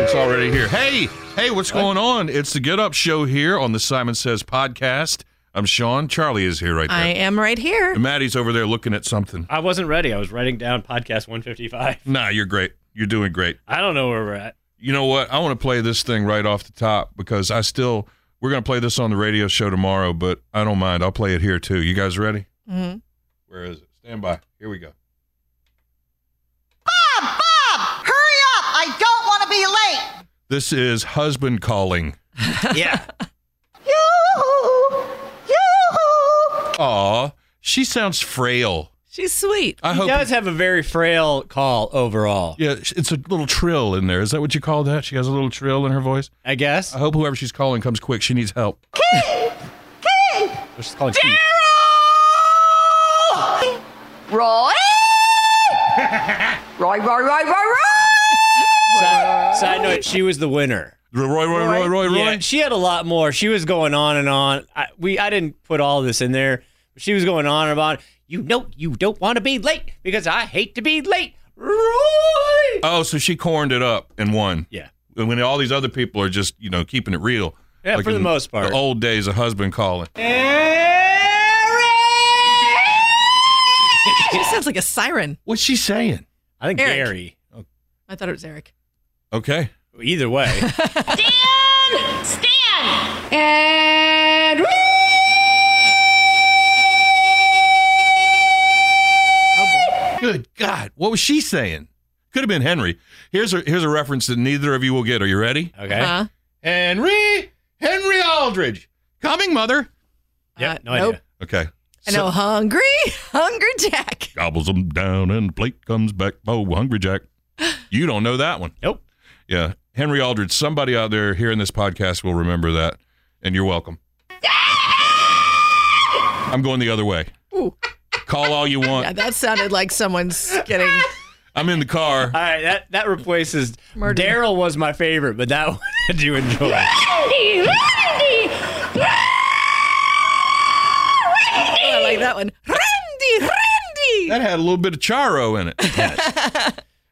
It's already here. Hey, hey, what's going on? It's the Get Up Show here on the Simon Says podcast. I'm Sean. Charlie is here right there. I am right here. And Maddie's over there looking at something. I wasn't ready. I was writing down podcast 155. Nah, you're great. You're doing great. I don't know where we're at. You know what? I want to play this thing right off the top because I still we're going to play this on the radio show tomorrow, but I don't mind. I'll play it here too. You guys ready? Mhm. Where is it? Stand by. Here we go. Bob, Bob, hurry up! I don't want to be late. This is husband calling. Yeah. Yoo-hoo, yoo-hoo. Aw, she sounds frail. She's sweet. I he hope does have a very frail call overall, Yeah, it's a little trill in there. Is that what you call that? She has a little trill in her voice. I guess. I hope whoever she's calling comes quick. She needs help. Let's just call it Keith. Roy, Roy, Roy, Roy, Roy, Roy. Side, side note, she was the winner. Roy, Roy, Roy, Roy, Roy, Roy. Yeah, she had a lot more. She was going on and on. I, we I didn't put all this in there. But she was going on and on. You know you don't want to be late because I hate to be late. Roy. Oh, so she corned it up and won. yeah. When all these other people are just, you know, keeping it real. Yeah, for the in most part. The old days, a husband calling. She sounds like a siren. What's she saying? I think Eric. Gary. I thought it was Eric. Okay. Either way. Good God. What was she saying? Could have been Henry. Here's a here's a reference that neither of you will get. Are you ready? Okay. Huh? Henry! Henry Aldridge. Coming, mother. Yep, Uh, no idea. nope. Okay. I know. Hungry, hungry Jack. Gobbles them down and the plate comes back. Oh, hungry Jack. You don't know that one. Nope. Yeah. Henry Aldridge, somebody out there hearing this podcast will remember that. And you're welcome. I'm going the other way. Ooh. Call all you want. Yeah, that sounded like someone's getting. I'm in the car. All right, that that replaces Murder. Daryl was my favorite, but that one I do enjoy. Oh, I like that one. Randy, Randy. That had a little bit of Charo in it.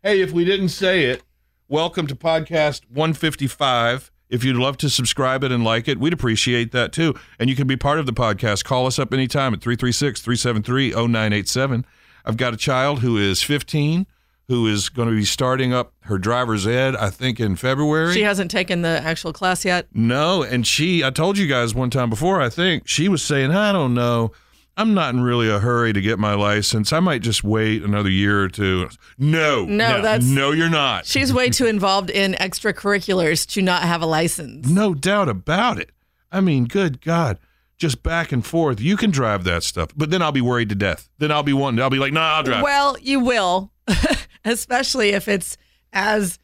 hey, if we didn't say it, welcome to podcast 155. If you'd love to subscribe it and like it, we'd appreciate that too. And you can be part of the podcast. Call us up anytime at 336 373 0987. I've got a child who is 15 who is going to be starting up her driver's ed, I think, in February. She hasn't taken the actual class yet. No, and she, I told you guys one time before, I think she was saying, I don't know. I'm not in really a hurry to get my license. I might just wait another year or two. No. No, that's- No, you're not. She's way too involved in extracurriculars to not have a license. no doubt about it. I mean, good God. Just back and forth. You can drive that stuff. But then I'll be worried to death. Then I'll be wanting, I'll be like, no, nah, I'll drive. Well, you will, especially if it's as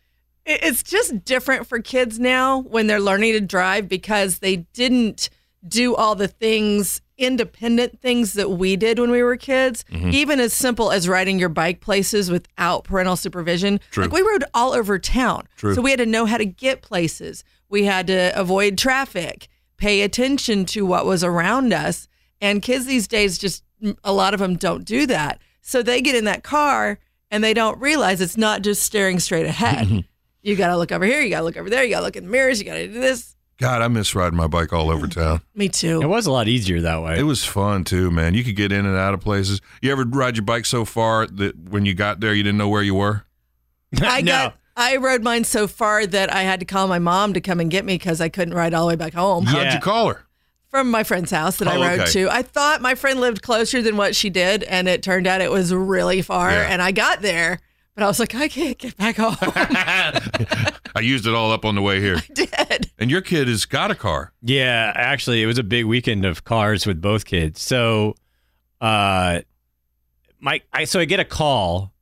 it- it's just different for kids now when they're learning to drive because they didn't do all the things independent things that we did when we were kids Mm-hmm. even as simple as riding your bike places without parental supervision True. like we rode all over town True. so we had to know how to get places we had to avoid traffic pay attention to what was around us and kids these days just a lot of them don't do that so they get in that car and they don't realize it's not just staring straight ahead you gotta look over here you gotta look over there you gotta look in the mirrors you gotta do this God, I miss riding my bike all over town. me It too was a lot easier that way. It was fun too, man. You could get in and out of places. You ever ride your bike so far that when you got there, you didn't know where you were? i no, got I rode mine so far that I had to call my mom to come and get me because I couldn't ride all the way back home How'd Yeah. you call her? from my friend's house that I Oh, rode okay. to. I thought my friend lived closer than what she did, and it turned out it was really far. Yeah. And I got there, but I was like, I can't get back home. I used it all up on the way here. Did. And your kid has got a car. Yeah, actually, it was a big weekend of cars with both kids. So, uh, my I so I get a call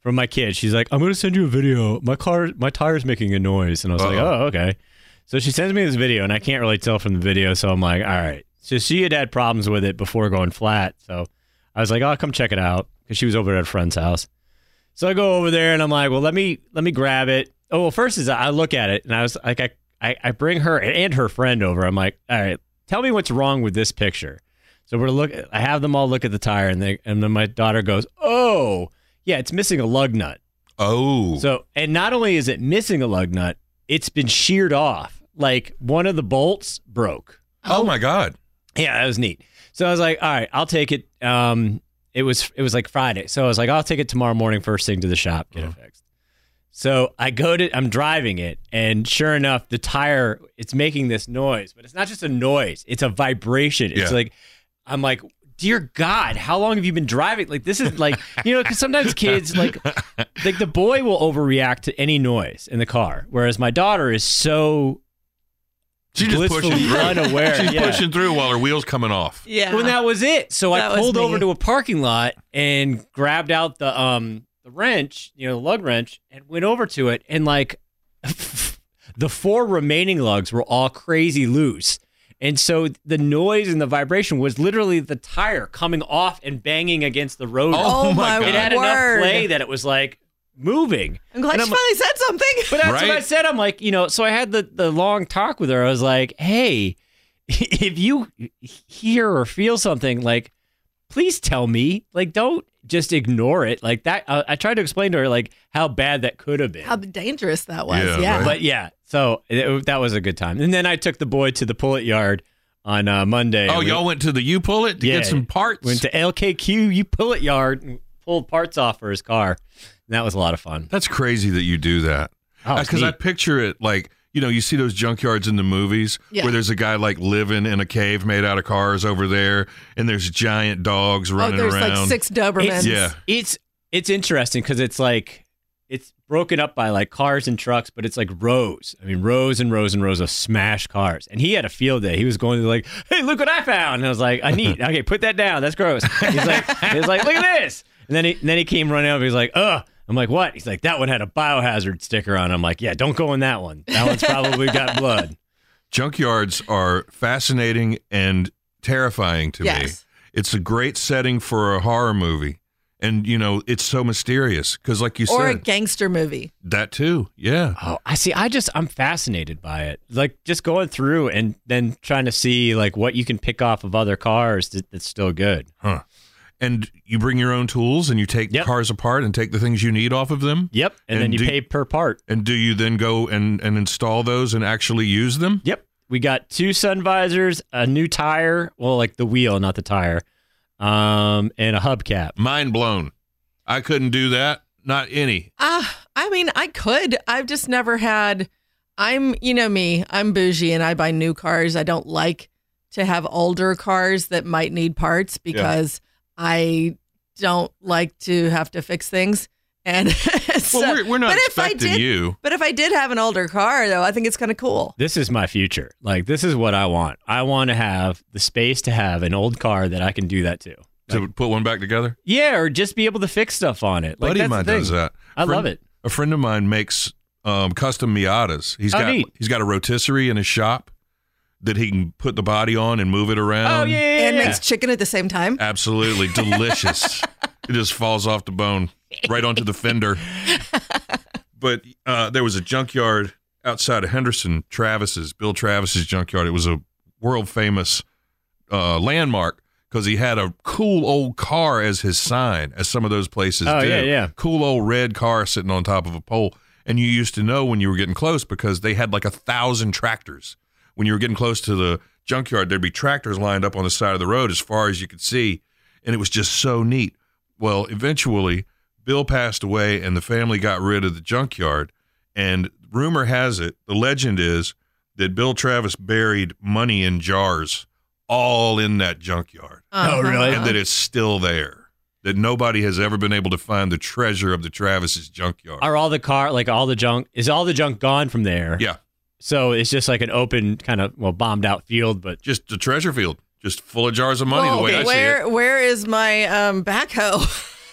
from my kid. She's like, "I'm going to send you a video. My car, my tire's making a noise." And I was like, Uh-oh. "Oh, okay." So she sends me this video, and I can't really tell from the video. So I'm like, "All right." So she had had problems with it before going flat. So I was like, "Oh, come check it out," because she was over at a friend's house. So I go over there and I'm like, well, let me let me grab it. Oh, well, first is I look at it and I was like, I, I, I bring her and her friend over. I'm like, all right, tell me what's wrong with this picture. So we're look. I have them all look at the tire and they and then my daughter goes, oh yeah, it's missing a lug nut. Oh. So and not only is it missing a lug nut, it's been sheared off. Like one of the bolts broke. oh my God. Yeah, that was neat. So I was like, all right, I'll take it. Um, it was it was like Friday, so I was like, I'll take it tomorrow morning, first thing to the shop, get it fixed. So I go to, I'm driving it, and sure enough, the tire, it's making this noise, but it's not just a noise; it's a vibration. It's Yeah. like, I'm like, dear God, how long have you been driving? Like this is like, you know, because sometimes kids like, like the boy will overreact to any noise in the car, whereas my daughter is so She's just pushing blissfully through. unaware. She's yeah. pushing through while her wheel's coming off. Yeah. Well, that was it. So That was I pulled me. over to a parking lot and grabbed out the um the wrench, you know, the lug wrench, and went over to it, and like the four remaining lugs were all crazy loose. And so the noise and the vibration was literally the tire coming off and banging against the road. Oh, oh my my, God. it had word. enough play that it was like moving. I'm glad And she I'm- finally said something. But that's Right? what I said. I'm like, you know, so I had the, the long talk with her. I was like, hey, if you hear or feel something, like, please tell me. Like, don't just ignore it. Like that. uh, I I tried to explain to her like how bad that could have been. How dangerous that was. Yeah, Yeah. right. but yeah, so it, that was a good time. And then I took the boy to the pullet yard on uh, Monday. oh, We y'all went to the U pull it to Yeah. get some parts. went to LKQ you pullet yard and pulled parts off for his car. And that was a lot of fun. That's crazy that you do that. Oh, it's Because Uh, I neat. picture it like, you know, you see those junkyards in the movies Yeah. where there's a guy like living in a cave made out of cars over there and there's giant dogs Oh, running there's around. like six Dobermans. It's, Yeah. it's it's interesting because it's like it's broken up by like cars and trucks, but it's like rows. I mean, rows and rows and rows of smashed cars. And he had a field day. He was going to like, hey, look what I found. And I was like, I need. Okay, put that down. That's gross. He's like, he's like, look at this. And then he and then he came running up. He was like, ugh. I'm like, what? He's like, that one had a biohazard sticker on. it." I'm like, yeah, don't go in that one. That one's probably got blood. junkyards are fascinating and terrifying to Yes. me. It's a great setting for a horror movie. And, you know, it's so mysterious because, like you Or a said, gangster movie. that too. Yeah. Oh, I see. I just I'm fascinated by it. Like just going through and then trying to see like what you can pick off of other cars that, that's still good. Huh. And you bring your own tools and you take Yep. cars apart and take the things you need off of them. Yep. And, And then you do- pay per part. And do you then go and, and install those and actually use them? Yep. We got two sun visors, a new tire, well like the wheel, not the tire, um, and a hubcap. Mind blown. I couldn't do that. Not any. Uh, I mean, I could. I've just never had. I'm, you know me, I'm bougie and I buy new cars. I don't like to have older cars that might need parts because I don't like to have to fix things. And so, well, we're, we're not but if I expecting did, you. But if I did have an older car, though, I think it's kind of cool. This is my future. Like this is what I want. I want to have the space to have an old car that I can do that to. To put one back together, Yeah, or just be able to fix stuff on it. Like buddy that's of the mine thing. does that. I Friend- love it. A friend of mine makes um, custom Miatas. He's Oh, got neat. he's got a rotisserie in his shop that he can put the body on and move it around. oh yeah, yeah, and yeah. makes chicken at the same time. absolutely delicious. it just falls off the bone right onto the fender. But uh, there was a junkyard outside of Henderson, Travis's, Bill Travis's junkyard. It was a world famous uh, landmark because he had a cool old car as his sign, as some of those places Oh, do. yeah, yeah. Cool old red car sitting on top of a pole. And you used to know when you were getting close because they had like a thousand tractors when you were getting close to the junkyard, there'd be tractors lined up on the side of the road as far as you could see. And it was just so neat. Well, eventually, Bill passed away and the family got rid of the junkyard. And rumor has it, the legend is that Bill Travis buried money in jars all in that junkyard, Uh-huh. really? Oh, and that it's still there. That nobody has ever been able to find the treasure of the Travis's junkyard. Are all the car like all the junk is all the junk gone from there? Yeah, So it's just like an open kind of well bombed out field, but just the treasure field, just full of jars of money. Well, the way I where see where is my um, backhoe?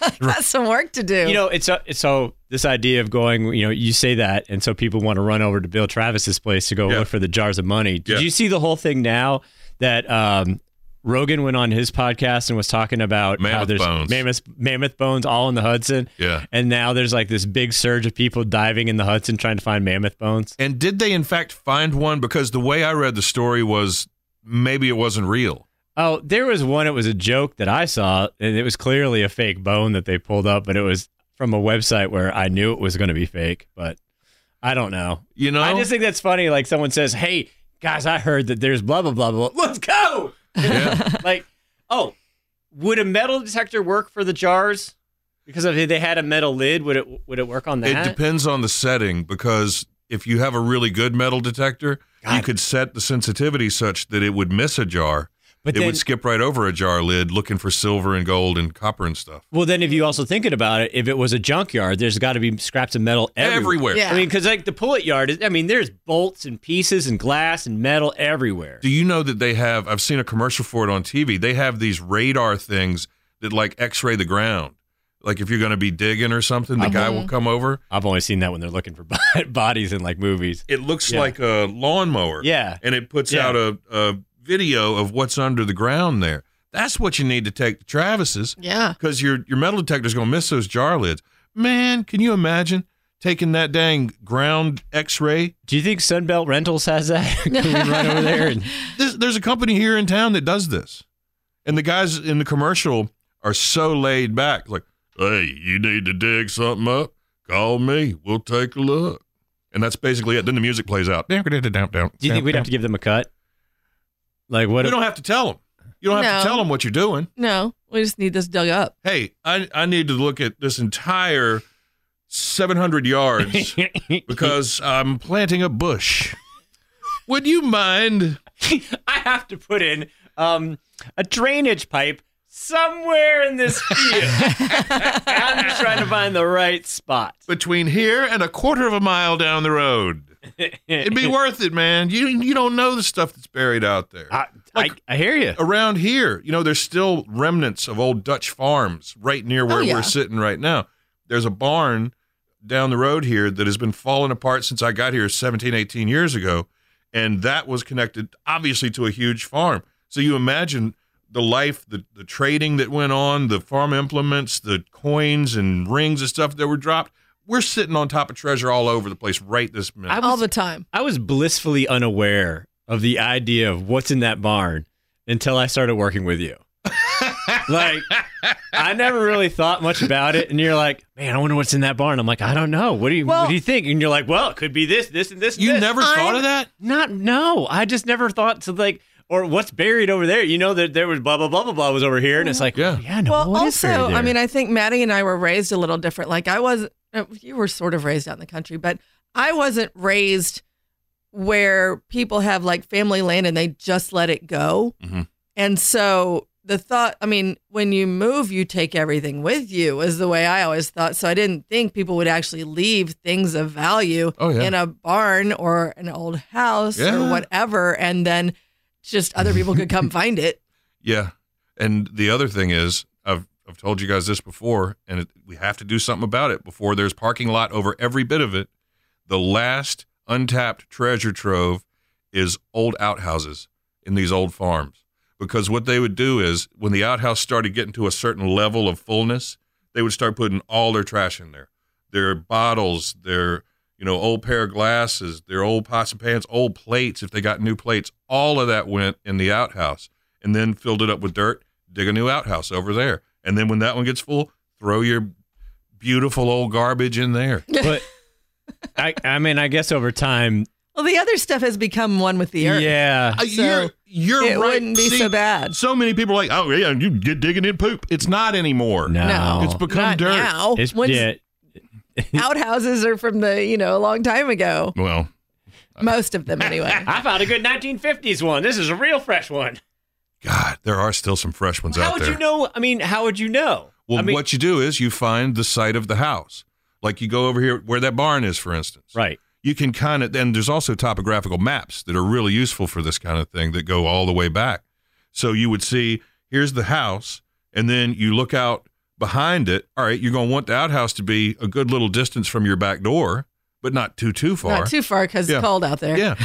I got some work to do. you know it's, a, it's so this idea of going you know you say that and so people want to run over to bill travis's place to go Yeah. look for the jars of money did Yeah. you see the whole thing now that um rogan went on his podcast and was talking about how Mammoth there's bones. mammoth mammoth bones all in the hudson it. Yeah. and now there's like this big surge of people diving in the hudson trying to find mammoth bones And did they in fact find one? Because the way I read the story was maybe it wasn't real. oh there was one it was a joke that i saw and it was clearly a fake bone that they pulled up but it was from a website where i knew it was going to be fake but i don't know You know, I just think that's funny. Like someone says, "Hey guys, I heard that there's blah blah blah blah. Let's go!" Yeah. like, oh, would a metal detector work for the jars? Because if they had a metal lid, would it would it work on it that? depends on the setting because if you have a really good metal detector, you God. could set the sensitivity such that it would miss a jar. But it then, would skip right over a jar lid looking for silver and gold and copper and stuff. well, then if you also thinking about it, if it was a junkyard, there's got to be scraps of metal everywhere. Everywhere. Yeah. I mean, because like the pullet yard is, I mean, there's bolts and pieces and glass and metal everywhere. Do you know that they have? I've seen a commercial for it on TV. They have these radar things that like x ray the ground. Like if you're going to be digging or something, the guy will come over. I've only seen that when they're looking for bodies in like movies. It looks Yeah. like a lawnmower. Yeah. and it puts Yeah. out a, a video of what's under the ground there. That's what you need to take to Travis's yeah. because your your metal detector's going to miss those jar lids. Man, can you imagine taking that dang ground X-ray? Do you think Sunbelt Rentals has that? Can we run over there and This, there's a company here in town that does this, and the guys in the commercial are so laid back. Like, hey, you need to dig something up? Call me. We'll take a look. And that's basically it. Then the music plays out. Do you Do you think think we'd have to give them a cut? Like what? We don't have to tell them. You don't have to No. tell them what you're doing. No, we just need this dug up. hey, I, I need to look at this entire 700 yards because I'm planting a bush. Would you mind? I have to put in um, a drainage pipe somewhere in this field. I'm just trying to find the right spot. Between here and a quarter of a mile down the road, it'd be worth it, man. You you don't know the stuff that's buried out there. I, I, Like- I hear you. Around here, you know, there's still remnants of old Dutch farms right near where Oh, yeah. we're sitting right now. There's a barn down the road here that has been falling apart since I got here 17, 18 years ago. And that was connected, obviously, to a huge farm. So you imagine the life, the, the trading that went on, the farm implements, the coins and rings and stuff that were dropped. We're sitting on top of treasure all over the place right this minute. I All was- the time. I was blissfully unaware of the idea of what's in that barn until I started working with you. like, I never really thought much about it. And you're like, man, I wonder what's in that barn. I'm like, I don't know. What do you, Well- what do you think? And you're like, well, it could be this, this, and this. and you this." never thought of that? Not, no. I just never thought to like, or what's buried over there? You know that there was blah blah blah blah blah was over here, and it's like, Yeah. yeah, no, well, what is also, buried there? I mean, I think Maddie and I were raised a little different. Like I was, uh, you were sort of raised out in the country, but I wasn't raised where people have like family land and they just let it go. Mm-hmm. Mhm. And so the thought, I mean, when you move, you take everything with you is the way I always thought. So I didn't think people would actually leave things of value Oh, yeah. in a barn or an old house Yeah. or whatever, and then just other people could come find it. Yeah. And the other thing is, I've I've told you guys this before, and it, we have to do something about it before there's parking lot over every bit of it. The last untapped treasure trove is old outhouses in these old farms. Because what they would do is when the outhouse started getting to a certain level of fullness, they would start putting all their trash in there. Their bottles, their you know, old pair of glasses, their old pots and pans, old plates, if they got new plates, all of that went in the outhouse and then filled it up with dirt, dig a new outhouse over there. And then when that one gets full, throw your beautiful old garbage in there. but I, I mean, I guess over time, Well, the other stuff has become one with the earth. yeah, Uh, you're you're it right. wouldn't be See, so bad. So many people are like, oh yeah, you get digging in poop. It's not anymore. no, No. It's become Not dirt. now. It's When's- yeah. outhouses are from the, you know, a long time ago. Well, Uh, Most of them, anyway. I found a good 1950s one. This is a real fresh one. God, there are still some fresh ones How out would there. you know? I mean, how would you know? Well, I mean, what you do is you find the site of the house. Like you go over here where that barn is, for instance. Right. You can kind of, and there's also topographical maps that are really useful for this kind of thing that go all the way back. So you would see here's the house, and then you look out behind it. All right, you're going to want the outhouse to be a good little distance from your back door, but not too too far. Not too far because Yeah. it's cold out there. Yeah.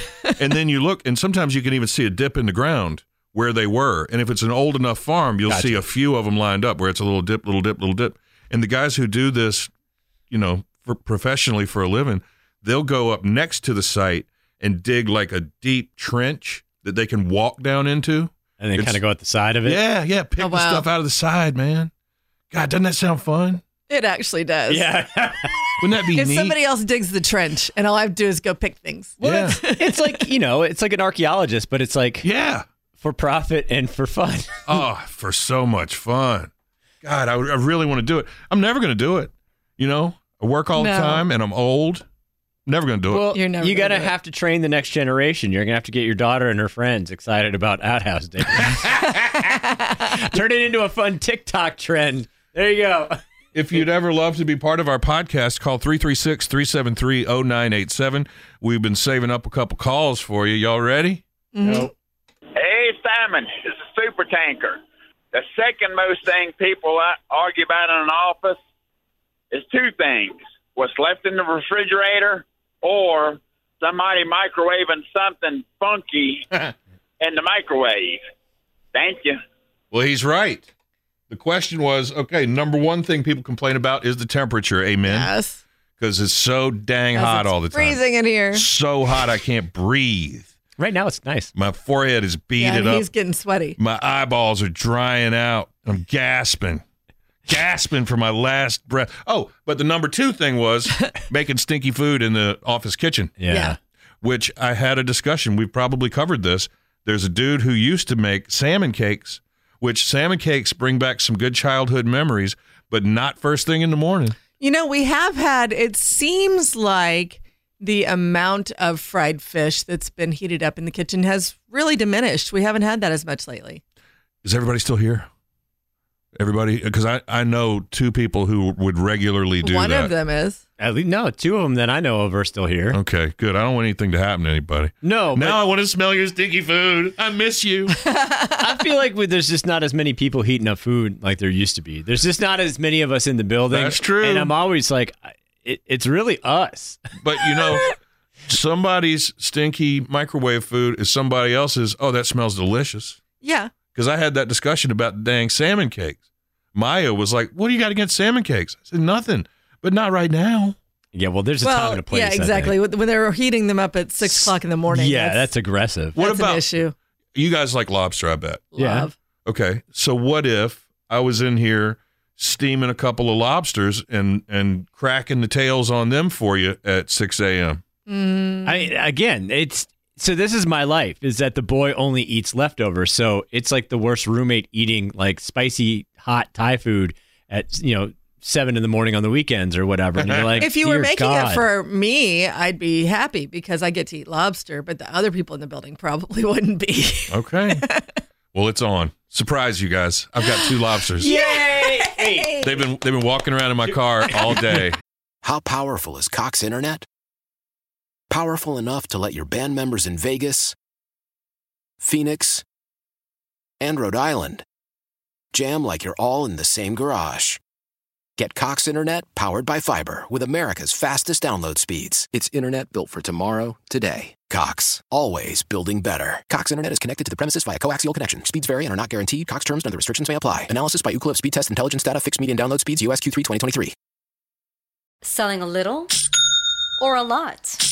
and then you look, and sometimes you can even see a dip in the ground where they were. And if it's an old enough farm, you'll see a few of them lined up where it's a little dip, little dip, little dip. And the guys who do this, you know, for professionally for a living, they'll go up next to the site and dig like a deep trench that they can walk down into. and then it's- kind of go at the side of it. Yeah, yeah. Pick Oh, the wow. stuff out of the side, man. God, doesn't that sound fun? It actually does. Yeah. Wouldn't that be If neat? somebody else digs the trench and all I have to do is go pick things. yeah. it's like, you know, it's like an archaeologist, but it's like yeah. for profit and for fun. oh, for so much fun. God, I, I really want to do it. I'm never going to do it. You know, I work all the No. time and I'm old. Never going to do it. Well, You're never you gonna got to do it. have to train the next generation. You're going to have to get your daughter and her friends excited about outhouse days. Turn it into a fun TikTok trend. There you go. If you'd ever love to be part of our podcast, call 336 373 0987. We've been saving up a couple calls for you. Y'all ready? Hey, Simon, it's a super tanker. The second most thing people uh, argue about in an office is two things what's left in the refrigerator or somebody microwaving something funky in the microwave. Thank you. Well, he's right. The question was okay, number one thing people complain about is the temperature. Amen. Yes. Because it's so dang 'Cause hot it's all the time. Freezing in here. So hot, I can't breathe. Right now, it's nice. My forehead is yeah, beaded and up. he's getting sweaty. My eyeballs are drying out. I'm gasping, gasping for my last breath. Oh, but the number two thing was making stinky food in the office kitchen, Yeah. Yeah. which I had a discussion. We've probably covered this. There's a dude who used to make salmon cakes, which salmon cakes bring back some good childhood memories, but not first thing in the morning. You know, we have had, it seems like the amount of fried fish that's been heated up in the kitchen has really diminished. We haven't had that as much lately. Is everybody still here? Everybody, because I, I know two people who would regularly do One that. of them is. At least, no, two of them that I know of are still here. Okay, good. I don't want anything to happen to anybody. No, Oh. Now I want to smell your stinky food. I miss you. but I feel like we- there's just not as many people heating up food like there used to be. There's just not as many of us in the building. That's true. And I'm always like, I- it, it's really us. but you know, somebody's stinky microwave food is somebody else's. Oh, that smells delicious. Yeah. Because I had that discussion about dang salmon cakes. Maya was like, "What do you got against salmon cakes?" I said, "Nothing, but not right now." Yeah, well, there's a time and a place. I yeah, think. exactly. When when they're heating them up at six o'clock in the morning. Yeah, that's aggressive. What that's about- an issue. You guys like lobster, I bet. Yeah. Love. Okay, so what if I was in here steaming a couple of lobsters and and cracking the tails on them for you at six a.m. Mm. I again, it's so this is my life is that the boy only eats leftovers. So it's like the worst roommate eating like spicy hot Thai food at you know seven in the morning on the weekends or whatever. And you're like, If you were "Dear making God." it for me, I'd be happy because I get to eat lobster, but the other people in the building probably wouldn't be. Okay. well, it's on. Surprise, you guys! I've got two lobsters. yay, Hey, They've been they've been walking around in my car all day. How powerful is Cox Internet? Powerful enough to let your band members in Vegas, Phoenix, and Rhode Island jam like you're all in the same garage. Get Cox Internet powered by fiber with America's fastest download speeds. It's internet built for tomorrow, today. Cox, always building better. Cox Internet is connected to the premises via coaxial connection. Speeds vary and are not guaranteed. Cox terms and other restrictions may apply. Analysis by Ookla of speed test intelligence data. Fixed median download speeds. USQ3 2023. Selling a little or a lot?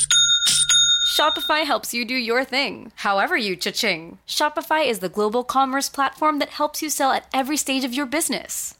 Shopify helps you do your thing, however you cha-ching. Shopify is the global commerce platform that helps you sell at every stage of your business.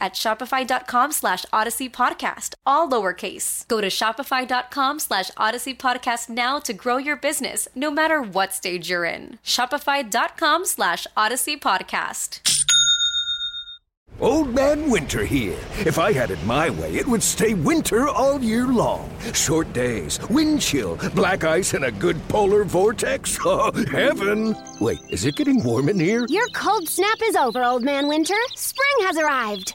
at shopify.com slash odyssey podcast, all lowercase. Go to shopify.com slash odyssey podcast now to grow your business, no matter what stage you're in. Shopify.com slash odyssey podcast. Old Man Winter here. If I had it my way, it would stay winter all year long. Short days, wind chill, black ice, and a good polar vortex. Oh, heaven! Wait, is it getting warm in here? Your cold snap is over, Old Man Winter. Spring has arrived.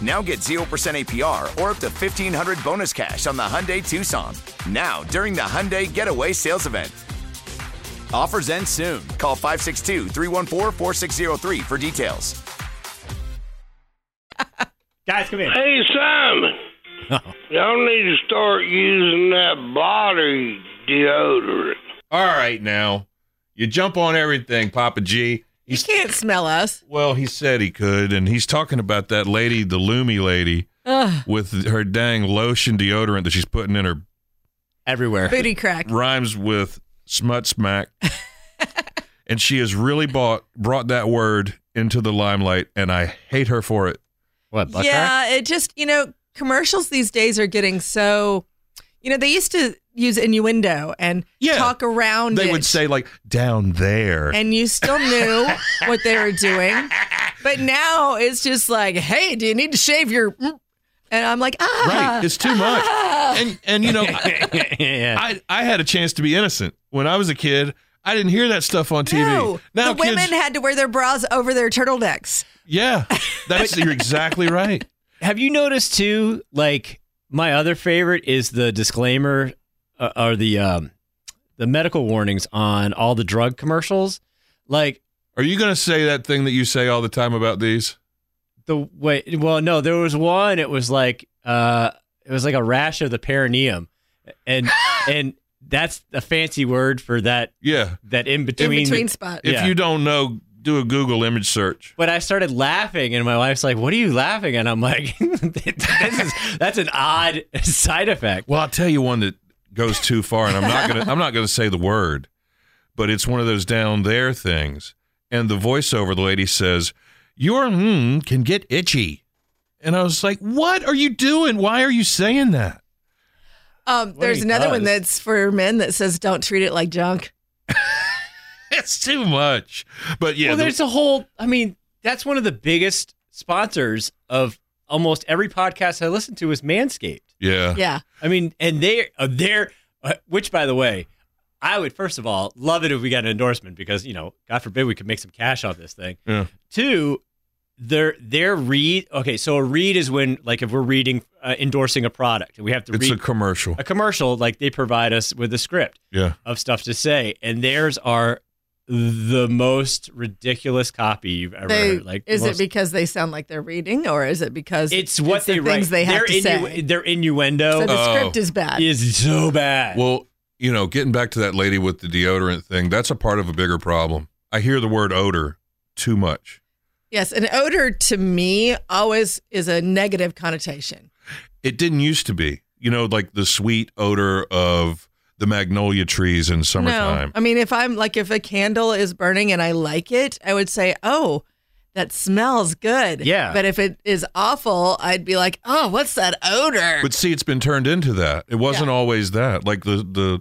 Now get 0% APR or up to 1500 bonus cash on the Hyundai Tucson. Now, during the Hyundai Getaway Sales Event. Offers end soon. Call 562 314 4603 for details. Guys, come in. Hey, Simon. Y'all need to start using that body deodorant. All right, now you jump on everything, Papa G. You can't smell us. Well, he said he could, and he's talking about that lady, the Loomy lady, Ugh, with her dang lotion deodorant that she's putting in her Everywhere. booty crack. rhymes with smut smack. and she has really bought brought that word into the limelight, and I hate her for it. What, butt crack? Yeah, it just you know commercials these days are getting so, you know they used to use innuendo and Yeah. talk around. They it. would say like down there. and you still knew what they were doing, but now it's just like, hey, do you need to shave your? mm?" And I'm like, ah, right, it's too much. And and you know, yeah. I I had a chance to be innocent when I was a kid. I didn't hear that stuff on TV. No, now the women kids, had to wear their bras over their turtlenecks. yeah, that's you're exactly right. Have you noticed too? Like my other favorite is the disclaimer uh, or the um, the medical warnings on all the drug commercials. Like Are you going to say that thing that you say all the time about these? the way, well, no, there was one. It was like uh, it was like a rash of the perineum, and and that's a fancy word for that Yeah. that in In between. between spot. If Yeah. you don't know, do a Google image search. but I started laughing, and my wife's like, "What are you laughing?" And I'm like, "This is that's an odd side effect." Well, I'll tell you one that goes too far, and I'm not gonna I'm not gonna say the word, but it's one of those down there things. And the voiceover the lady says, "Your hmm can get itchy," and I was like, "What are you doing? Why are you saying that?" Um, What there's he another one does. that's for men that says, don't treat it like junk. It's too much. But yeah, well, the- there's a whole. I mean, that's one of the biggest sponsors of almost every podcast I listen to is Manscaped. yeah, Yeah. I mean, and they are they're uh, which, by the way, I would first of all love it if we got an endorsement because you know, God forbid, we could make some cash off this thing. Yeah. Two, their their read. Okay, so a read is when like if we're reading uh, endorsing a product, and we have to it's read a commercial. a commercial. Like they provide us with a script Yeah, of stuff to say, and theirs are the most ridiculous copy you've ever They, heard. Like, the is most- it because they sound like they're reading or is it because it's what they the write? things they have their to innu- say? Their innuendo So the Oh. script is bad. is so bad. Well, you know, getting back to that lady with the deodorant thing, that's a part of a bigger problem. I hear the word odor too much. Yes, an odor to me always is a negative connotation. It didn't used to be, you know, like the sweet odor of the magnolia trees in summertime. No, I mean if I'm like if a candle is burning and I like it, I would say, "Oh, that smells good." Yeah. But if it is awful, I'd be like, "Oh, what's that odor?" But see, it's been turned into that. It wasn't always that. Like the the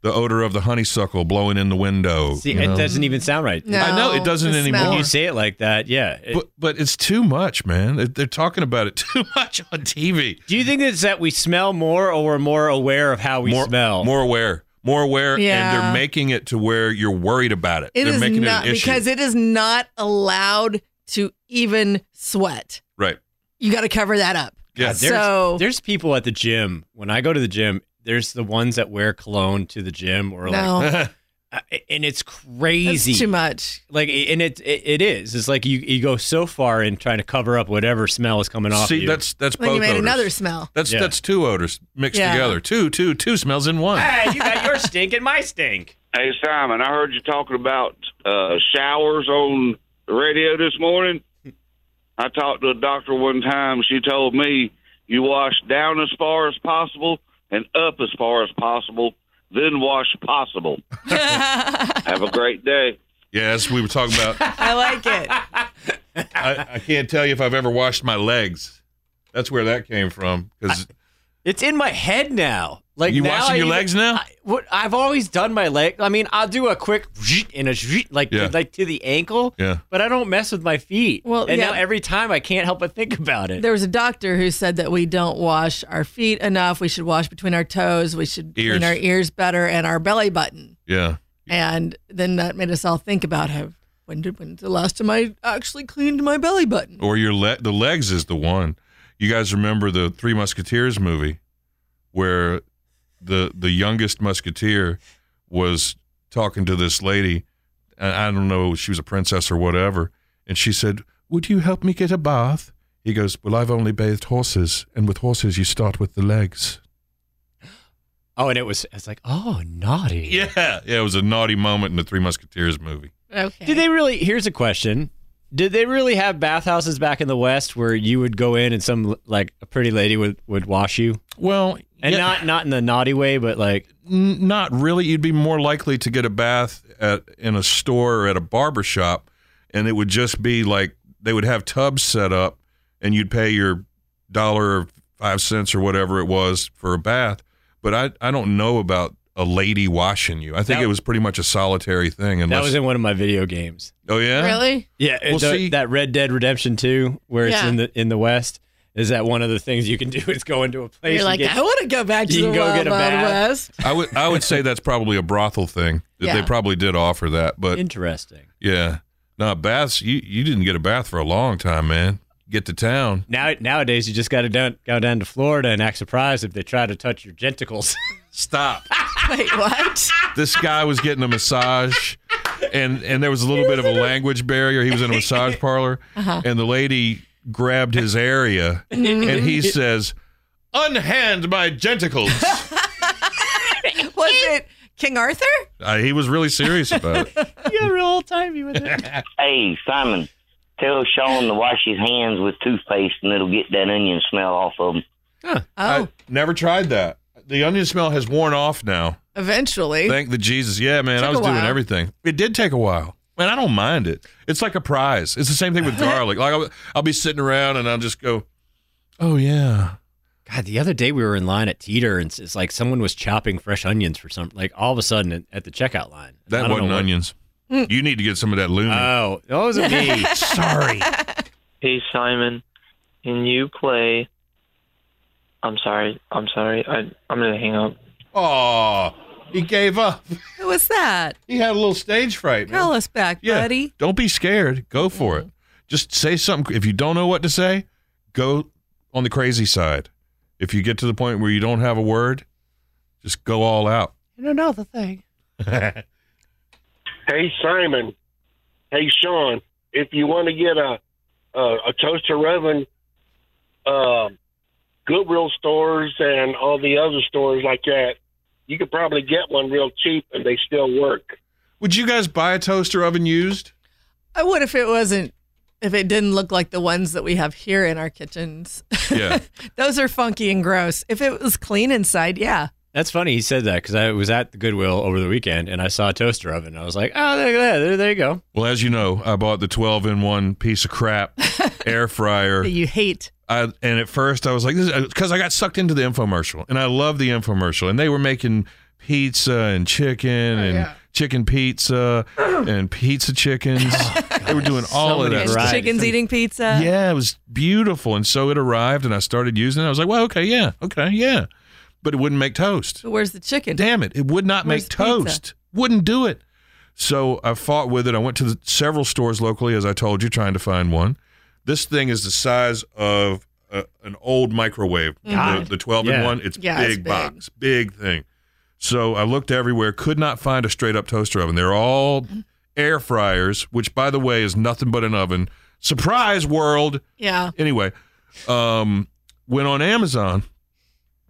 the odor of the honeysuckle blowing in the window. See, it doesn't even sound right. I know No, it doesn't the anymore. smell. When you say it like that, yeah. but but it's too much, man. They're, they're talking about it too much on TV. Do you think it's that we smell more or we're more aware of how we more, smell? More aware. More aware, and Yeah. they're making it to where you're worried about it. It they're is making not it an issue. because it is not allowed to even sweat. right. You got to cover that up. Yeah, there's, So there's people at the gym. When I go to the gym, there's the ones that wear cologne to the gym or No. like, and it's crazy. That's too much. Like, and it, it it is. It's like you you go so far in trying to cover up whatever smell is coming off. See, you. that's that's Then both you made odors. another smell. That's Yeah. that's two odors mixed Yeah. together. Two two two smells in one. Hey, you got your stink and my stink. Hey, Simon, I heard you talking about uh, showers on the radio this morning. I talked to a doctor one time. She told me you wash down as far as possible and up as far as possible, then wash possible. Have a great day. Yes, we were talking about. I like it. I, I can't tell you if I've ever washed my legs. That's where that came from. Because It's in my head now. Like You now washing I your even- legs now? I, what I've always done my leg. I mean, I'll do a quick zhit and a zhit, like Yeah. like to the ankle. Yeah. But I don't mess with my feet. Well, and yeah. now every time I can't help but think about it. There was a doctor who said that we don't wash our feet enough. We should wash between our toes. We should Ears. clean our ears better and our belly button. yeah, And then that made us all think about how when did when's the last time I actually cleaned my belly button? or your le- the legs is the one. You guys remember the Three Musketeers movie, where the the youngest musketeer was talking to this lady. And I don't know, she was a princess or whatever, and she said, "Would you help me get a bath?" He goes, "Well, I've only bathed horses, and with horses you start with the legs." oh, and it was. It's like oh, naughty. Yeah, yeah, it was a naughty moment in the Three Musketeers movie. Okay. Did they really? Here's a question. Did they really have bathhouses back in the West where you would go in and some like a pretty lady would, would wash you? Well, and yeah. not not in the naughty way, but like N- not really. You'd be more likely to get a bath at in a store or at a barber shop, and it would just be like they would have tubs set up, and you'd pay your dollar or five cents or whatever it was for a bath. But I I don't know about a lady washing you. I think That- it was pretty much a solitary thing. Unless that was in one of my video games. oh yeah, Really? Yeah, Well, the- see- that Red Dead Redemption 2 where it's Yeah. in the in the West is that one of the things you can do is go into a You're place and like, get- I want to go back to you the can go Wild get a Wild bath. West. I would I would say that's probably a brothel thing. That They Yeah. probably did offer that, but Interesting. yeah, no baths. You you didn't get a bath for a long time, man. Get to town. Now nowadays you just got to down, go down to Florida and act surprised if they try to touch your genticles. Stop. Wait, what? this guy was getting a massage and and there was a little bit of a language barrier he was in a massage parlor Uh-huh. and the lady grabbed his area Mm-hmm. and he says unhand my genticles Was it King Arthur? Uh, he was really serious about it you had a real old timey with it. Hey, Simon, tell Sean to wash his hands with toothpaste and it'll get that onion smell off of him. Oh. I never tried that the onion smell has worn off now Eventually. thank the jesus yeah man Took i was a doing while. everything it did take a while and i don't mind it it's like a prize it's the same thing with garlic like I'll, I'll be sitting around and i'll just go oh yeah God, the other day we were in line at Teeter and it's, it's like someone was chopping fresh onions for some like all of a sudden at- at the checkout line. I that don't wasn't know what- Hmm. onions you need to get some of that loony Oh, that wasn't me. Sorry. Hey Simon, can you play? I'm sorry. I'm sorry. I I'm gonna hang up. Oh, he gave up. Who was that? He had a little stage fright. Call us back, Yeah. buddy. Don't be scared. Go for it. Just say something. If you don't know what to say, go on the crazy side. If you get to the point where you don't have a word, just go all out. I don't know the thing. Hey Simon, hey Sean, if you want to get a a, a toaster oven, uh, Goodwill stores and all the other stores like that, you could probably get one real cheap and they still work. Would you guys buy a toaster oven used? I would if Uh, it wasn't if it didn't look like the ones that we have here in our kitchens. Yeah. Those are funky and gross. If it was clean inside, yeah. That's funny he said that because I was at the Goodwill over the weekend and I saw a toaster oven. I was like, oh, look at that. There, there you go. Well, as you know, I bought the 12 in 1 piece of crap air fryer. That you hate. I, and at first I was like, this because I got sucked into the infomercial and I love the infomercial. And they were making pizza and chicken and chicken pizza and pizza chickens. they were doing all of that. There's Chickens eating pizza. Yeah, it was beautiful. And so it arrived and I started using it. I was like, well, okay, yeah, okay, yeah. But it wouldn't make toast. But where's the chicken? Damn it. It would not Where's make the pizza? toast. Wouldn't do it. So I fought with it. I went to the, several stores locally, as I told you, trying to find one. This thing is the size of a, an old microwave, the, God. the 12 in Yeah. one. It's Yeah, big it's big. box, big thing. So I looked everywhere, could not find a straight up toaster oven. They're all air fryers, which, by the way, is nothing but an oven. Surprise, world. Yeah. Anyway, um, went on Amazon,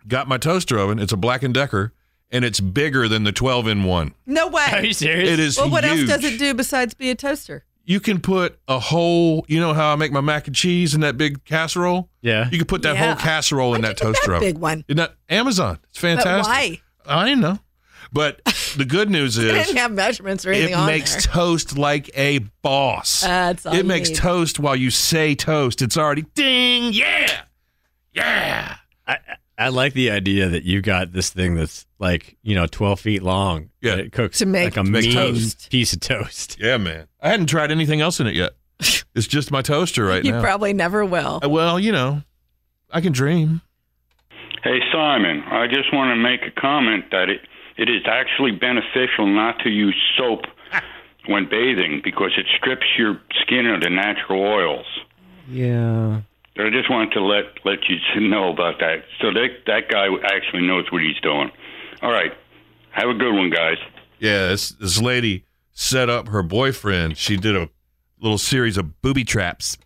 got my toaster oven. It's a Black and Decker, and it's bigger than the 12 in one. No way. Are you serious? It is Well, what huge. else does it do besides be a toaster? You can put a whole, you know how I make my mac and cheese in that big casserole? Yeah. You can put that Yeah. whole casserole in that toaster that oven. big one? Isn't that Amazon? It's fantastic. why? I didn't know. But the good news It is didn't have measurements or anything it on makes there. toast like a boss. That's all it you makes need. toast while you say toast. It's already ding, yeah. Yeah. I like the idea that you got this thing that's like, you know, 12 feet long. Yeah. It cooks To make- like a To make mean toast. piece of toast. Yeah, man. I hadn't tried anything else in it yet. It's just my toaster right you now. probably never will. Uh, well, you know, I can dream. Hey, Simon, I just want to make a comment that it, it is actually beneficial not to use soap when bathing because it strips your skin of the natural oils. Yeah. I just wanted to let, let you know about that. So that, that guy actually knows what he's doing. All right. Have a good one, guys. Yeah, this, this lady set up her boyfriend. She did a little series of booby traps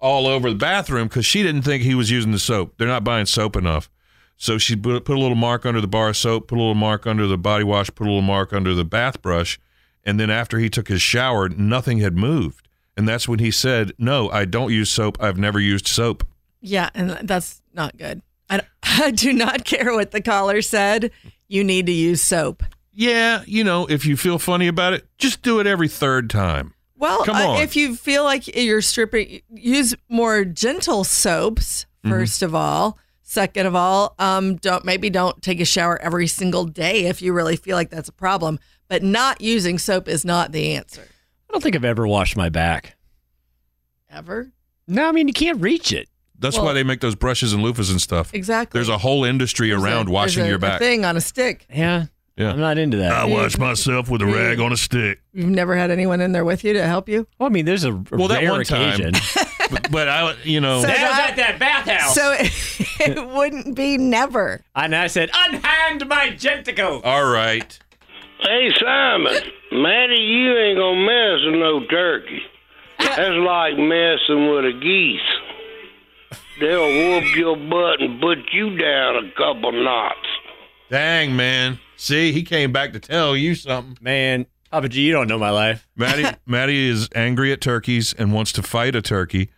all over the bathroom because she didn't think he was using the soap. They're not buying soap enough. So she put, put a little mark under the bar of soap, put a little mark under the body wash, put a little mark under the bath brush. And then after he took his shower, nothing had moved. And that's when he said, No, I don't use soap. I've never used soap. Yeah, and that's not good. I, I do not care what the caller said. You need to use soap. Yeah, you know, if you feel funny about it, just do it every third time. Well, come uh, on. if you feel like you're stripping, use more gentle soaps 1st Mm-hmm. of all. Second of all, um, don't maybe don't take a shower every single day if you really feel like that's a problem. But not using soap is not the answer I don't think I've ever washed my back. ever. No, I mean, you can't reach it. That's Well- why they make those brushes and loofahs and stuff. Exactly. There's a whole industry around washing There's a- your a back. thing on a stick. Yeah, Yeah. I'm not into that. I wash myself with a rag on a stick. you've never had anyone in there with you to help you. Well, I mean, there's a Well, that rare one time, occasion. but, but I, you know, at that bathhouse. So it, it wouldn't be never. and I said, unhand my genticle. All right. Hey, Simon, Maddie, you ain't gonna mess with no turkey. That's like messing with a geese. They'll whoop your butt and put you down a couple knots. dang man, see, he came back to tell you something. Man, Papa G, you don't know my life. Maddie, Maddie is angry at turkeys and wants to fight a turkey.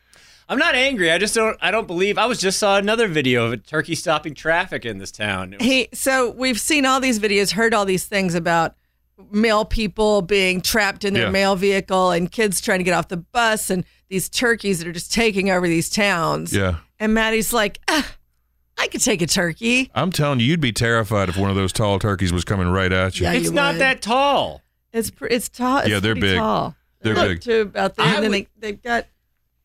I'm not angry. I just don't. I don't believe. I was just saw another video of a turkey stopping traffic in this town. It was- He so we've seen all these videos, heard all these things about male people being trapped in their Yeah. mail vehicle and kids trying to get off the bus and these turkeys that are just taking over these towns. Yeah. And Maddie's like, ah, I could take a turkey. I'm telling you, you'd be terrified if one of those tall turkeys was coming right at you. Yeah, it's you not would. that tall. It's pr- it's tall. It's Yeah, they're pretty big. Tall. They're Up big. to about there, and then they, they've got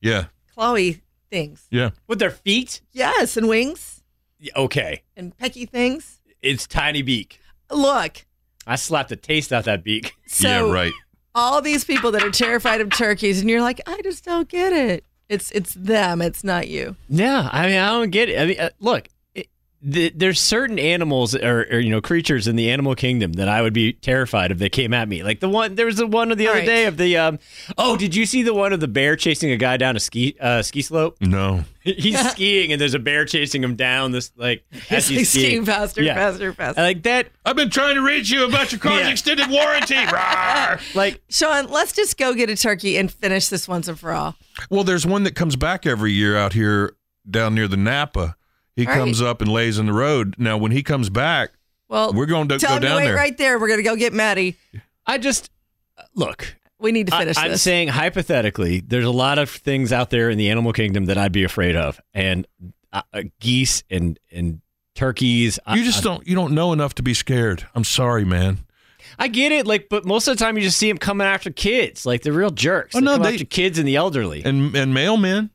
Yeah, clawy things yeah. with their feet. Yes, and wings Yeah, Okay, and pecky things. it's tiny beak. Look, I slapped a taste out that beak. So- Yeah, right. all these people that are terrified of turkeys, and you're like, I just don't get it. It's it's them. It's not you. Yeah, I mean, I don't get it. I mean, uh, look, it, th- there's certain animals or, or you know creatures in the animal kingdom that I would be terrified if they came at me. Like the one there was the one the other right. day of the um oh did you see the one of the bear chasing a guy down a ski uh, ski slope? No. He's skiing and there's a bear chasing him down this like as He's like skiing faster, Yeah. faster, faster. And, like that. I've been trying to reach you about your car's extended warranty. like Sean, let's just go get a turkey and finish this once and for all. Well, there's one that comes back every year out here down near the Napa. He All comes right. up and lays in the road. Now, when he comes back, Well, we're going to tell go him to down wait there. right there. We're gonna go get Maddie. I just look. We need to finish I, am this. saying hypothetically, there's a lot of things out there in the animal kingdom that I'd be afraid of, and uh, uh, geese and and turkeys. You just don't you don't know enough to be scared. I'm sorry, man. I get it, like, but most of the time you just see them coming after kids, like they're real jerks. Oh, they no, come they- after kids and the elderly and and mailmen.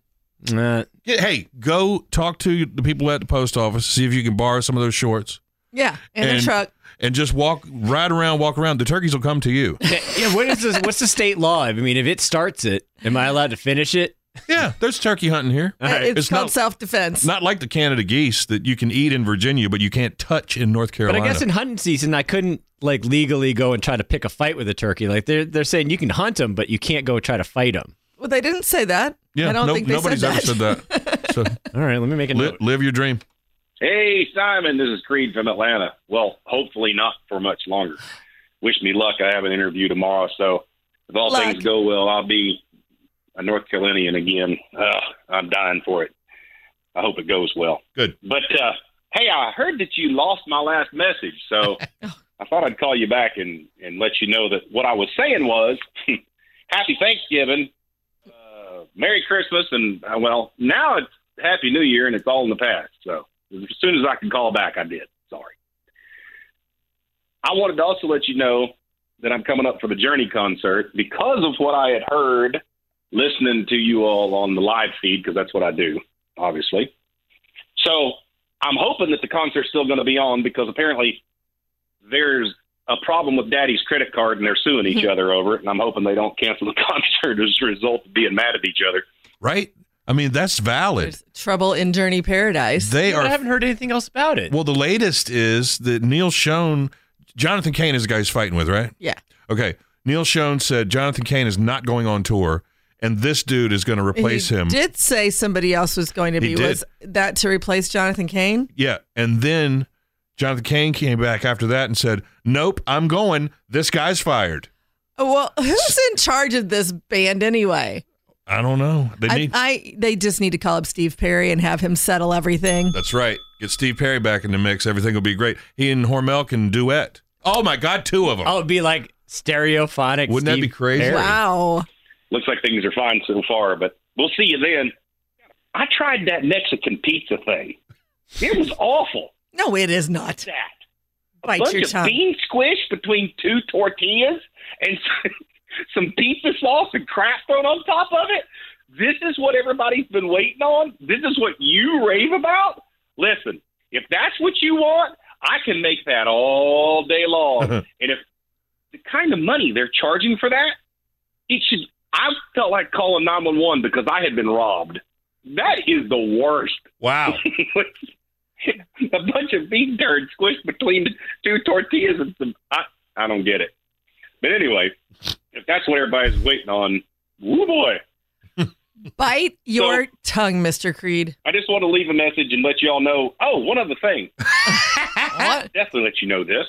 Uh, Yeah, Hey, go talk to the people at the post office. See if you can borrow some of those shorts Yeah, in the truck. and just walk right around, walk around. The turkeys will come to you. yeah, yeah, what is this? What's the state law? I mean, if it starts it, am I allowed to finish it? Yeah, there's turkey hunting here. It's, called not, self-defense. not like the Canada geese that you can eat in Virginia, but you can't touch in North But Carolina. I guess in hunting season, I couldn't like legally go and try to pick a fight with a turkey. Like they're they're saying you can hunt them, but you can't go try to fight them. well, they didn't say that. yeah, I don't no- think they nobody's said ever that. said that. So, All right, let me make a note. Live your dream. Hey, Simon, this is Creed from Atlanta. Well, hopefully not for much longer. Wish me luck. I have an interview tomorrow, so if all things go well, I'll be a North Carolinian again. Ugh, I'm dying for it. I hope it goes well. Good. But uh, hey, I heard that you lost my last message, so I thought I'd call you back and and let you know that what I was saying was Happy Thanksgiving, uh, Merry Christmas, and uh, well, now it's Happy New Year, and it's all in the past. So as soon as I can call back, I did. Sorry. I wanted to also let you know that I'm coming up for the Journey concert because of what I had heard listening to you all on the live feed, because that's what I do, obviously. So I'm hoping that the concert's still going to be on because apparently there's a problem with Daddy's credit card and they're suing each other over it. And I'm hoping they don't cancel the concert as a result of being mad at each other. Right? I mean, that's valid. Trouble in Journey Paradise. They Yeah, but are- I haven't heard anything else about it. Well, the latest is that Neil Schoen, Jonathan Kane is the guy he's fighting with, right? Yeah. Okay. Neil Schoen said Jonathan Kane is not going on tour, and this dude is going to replace he him. Did say somebody else was going to be He did. was that to replace Jonathan Cain? Yeah. And then Jonathan Kane came back after that and said, Nope, I'm going. This guy's fired. Oh, Well, who's in charge of this band anyway? I don't know. They I, need. I they just need to call up Steve Perry and have him settle everything. That's right. Get Steve Perry back in the mix. Everything will be great. He and Hormel can duet. Oh, my God, two of them. Oh, it'd be like stereophonic. Wouldn't that be crazy? Wow. Looks like things are fine so far, but we'll see you then. I tried that Mexican pizza thing. It was awful. No, it is not. A Bite bunch your of tongue. bean squish between two tortillas and some pizza sauce and crap thrown on top of it. This is what everybody's been waiting on. This is what you rave about. Listen, if that's what you want, I can make that all day long. and if the kind of money they're charging for that, it should. I felt like calling nine one one because I had been robbed. That is the worst. Wow. a bunch of bean turds squished between two tortillas and some. I, I don't get it. But anyway, if that's what everybody's waiting on, woo boy. Bite your tongue, Mr. Creed. I just want to leave a message and let you all know. Oh, one other thing. I'll definitely let you know this.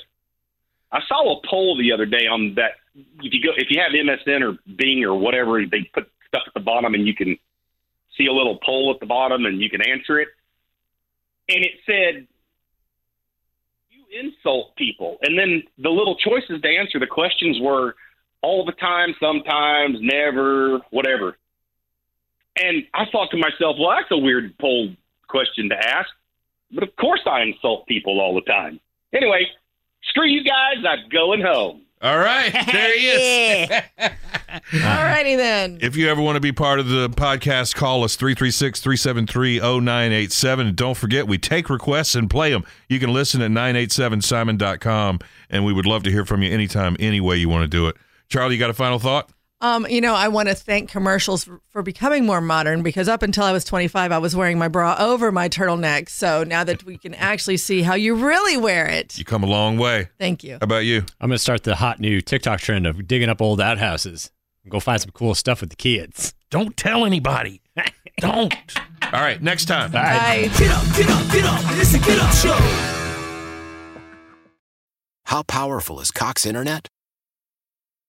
I saw a poll the other day on that. If you go, if you have MSN or Bing or whatever, they put stuff at the bottom and you can see a little poll at the bottom and you can answer it. And it said, "You insult people," and then the little choices to answer the questions were all the time, sometimes, never, whatever. And I thought to myself, well, that's a weird poll question to ask. But of course I insult people all the time. Anyway, screw you guys. I'm going home. All right. There he is. Alrighty then. If you ever want to be part of the podcast, call us 336 373 0987. Don't forget, we take requests and play them. You can listen at 987simon.com, and we would love to hear from you anytime, any way you want to do it. Charlie, you got a final thought? Um, you know, I want to thank commercials for, for becoming more modern because up until I was 25, I was wearing my bra over my turtleneck. So now that we can actually see how you really wear it, You come a long way. thank you. How about you? I'm going to start the hot new TikTok trend of digging up old outhouses and go find some cool stuff with the kids. Don't tell anybody. Don't. All right, next time. Get up, get up, get up. It's a get up show. How powerful is Cox Internet?